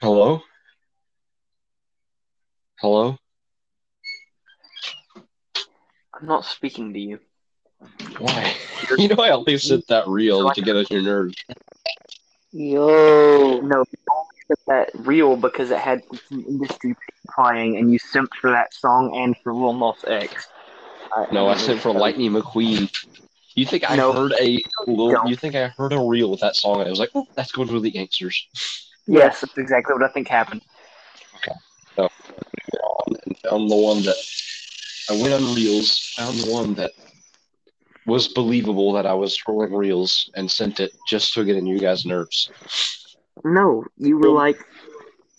Hello? Hello? I'm not speaking to you. Why? You know I only sent that reel to get on your nerves. Yo. No, but that real because it had some industry playing, and you simped for that song and for Lil Nas X. I- No, I I don't sent for know. Lightning McQueen. You think I No. heard a No. little, you think I heard a reel with that song and I was like, oh, that's good for the gangsters. Yes, that's exactly what I think happened. And found the one that I went on reels, found the one that was believable that I was scrolling reels and sent it just to get in you guys' nerves. No, you were Well- like,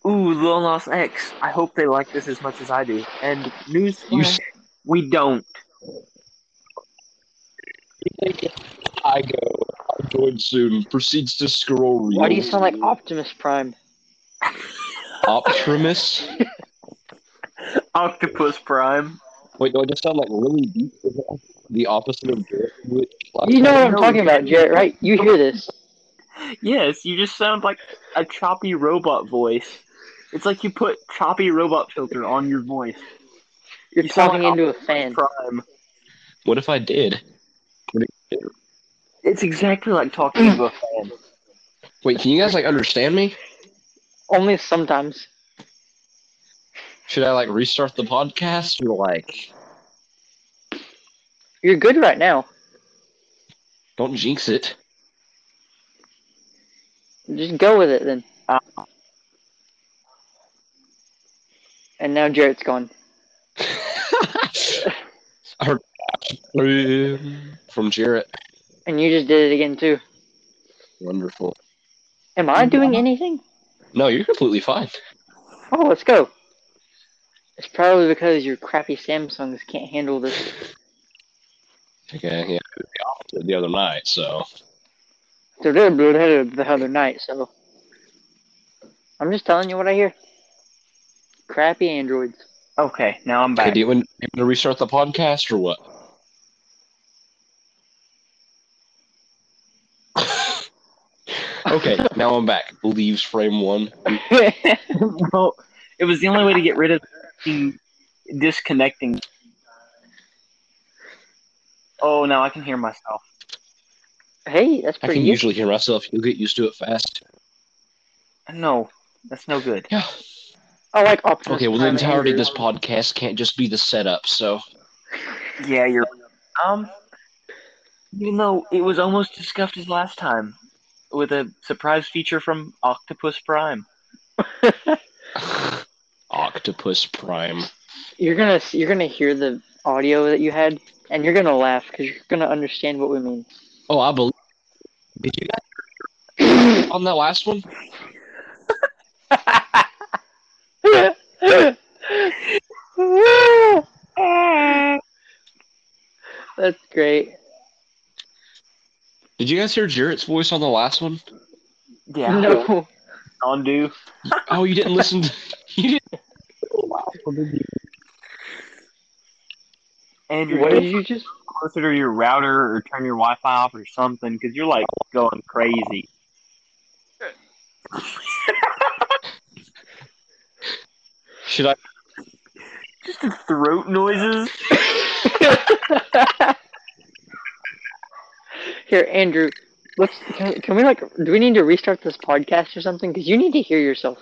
"Ooh, Lil Nas X. I hope they like this as much as I do." And You newsflash, s- we don't. I go, I join soon, proceeds to scroll reels. Why do you sound like Optimus Prime? Optimus? Octopus Prime. Wait, do I just sound like really deep? The opposite of Garrett? Which, like, You know what I'm No. talking about, Jarrett, right? You hear this. Yes, you just sound like a choppy robot voice. It's like you put choppy robot filter on your voice. You're You sound talking like into a fan. Prime. What if I did? It's exactly like talking Mm. to a fan. Wait, can you guys like understand me? Only sometimes. Should I like restart the podcast or like You're good right now. don't jinx it? Just go with it then. Uh. And now Jarrett's gone. I heard "Blim" from Jarrett. And you just did it again too. Wonderful. Am I doing anything? No, you're completely fine. Oh, let's go. It's probably because your crappy Samsungs can't handle this. Okay, yeah, it was the opposite the other night. So So they're blue headed the other night, so I'm just telling you what I hear. Crappy androids. Okay, now I'm okay, back. do you want do you want to restart the podcast or what? okay, now I'm back. Leaves frame one. well, it was the only way to get rid of the disconnecting. Oh, now I can hear myself. hey, that's I pretty can useful. usually hear myself. You'll get used to it fast. No, that's no good. Yeah. I Oh, like Optimus. Okay, well, the Prime entirety of this androids. podcast can't just be the setup, so. Yeah, you're. Um, you know, it was almost discussed as last time with a surprise feature from Octopus Prime. Octopus Prime. You're gonna you're gonna hear the audio that you had, and you're gonna laugh because you're gonna understand what we mean. Oh, I believe. Did you guys on that last one? That's great. Did you guys hear Jarrett's voice on the last one? Yeah, No, undo. Oh, you didn't listen. To, you didn't. Andrew, what did you just? closer to your router or turn your Wi-Fi off or something because you're like going crazy. Should I? Just the throat noises. Here, Andrew. Let's can, can we like do we need to restart this podcast or something? Because you need to hear yourself.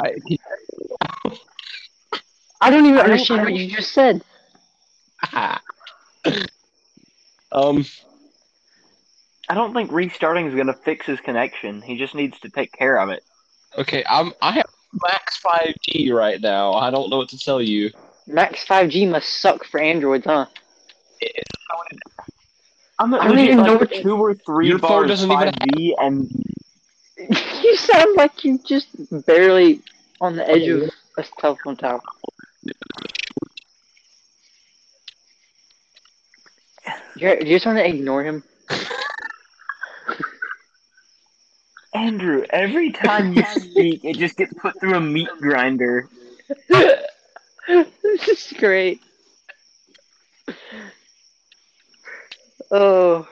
I I don't even I don't- understand what you just said. um. I don't think restarting is gonna fix his connection. He just needs to take care of it. Okay, I'm. I have max 5G right now. I don't know what to tell you. Max 5G must suck for androids, huh? I'm I don't legit, even like, know what- two or three Your phone bars doesn't even 5G and you sound like you just barely on the edge of a telephone tower. You're, you just want to ignore him. Andrew. Every time you speak, it just gets put through a meat grinder. this is great. Oh,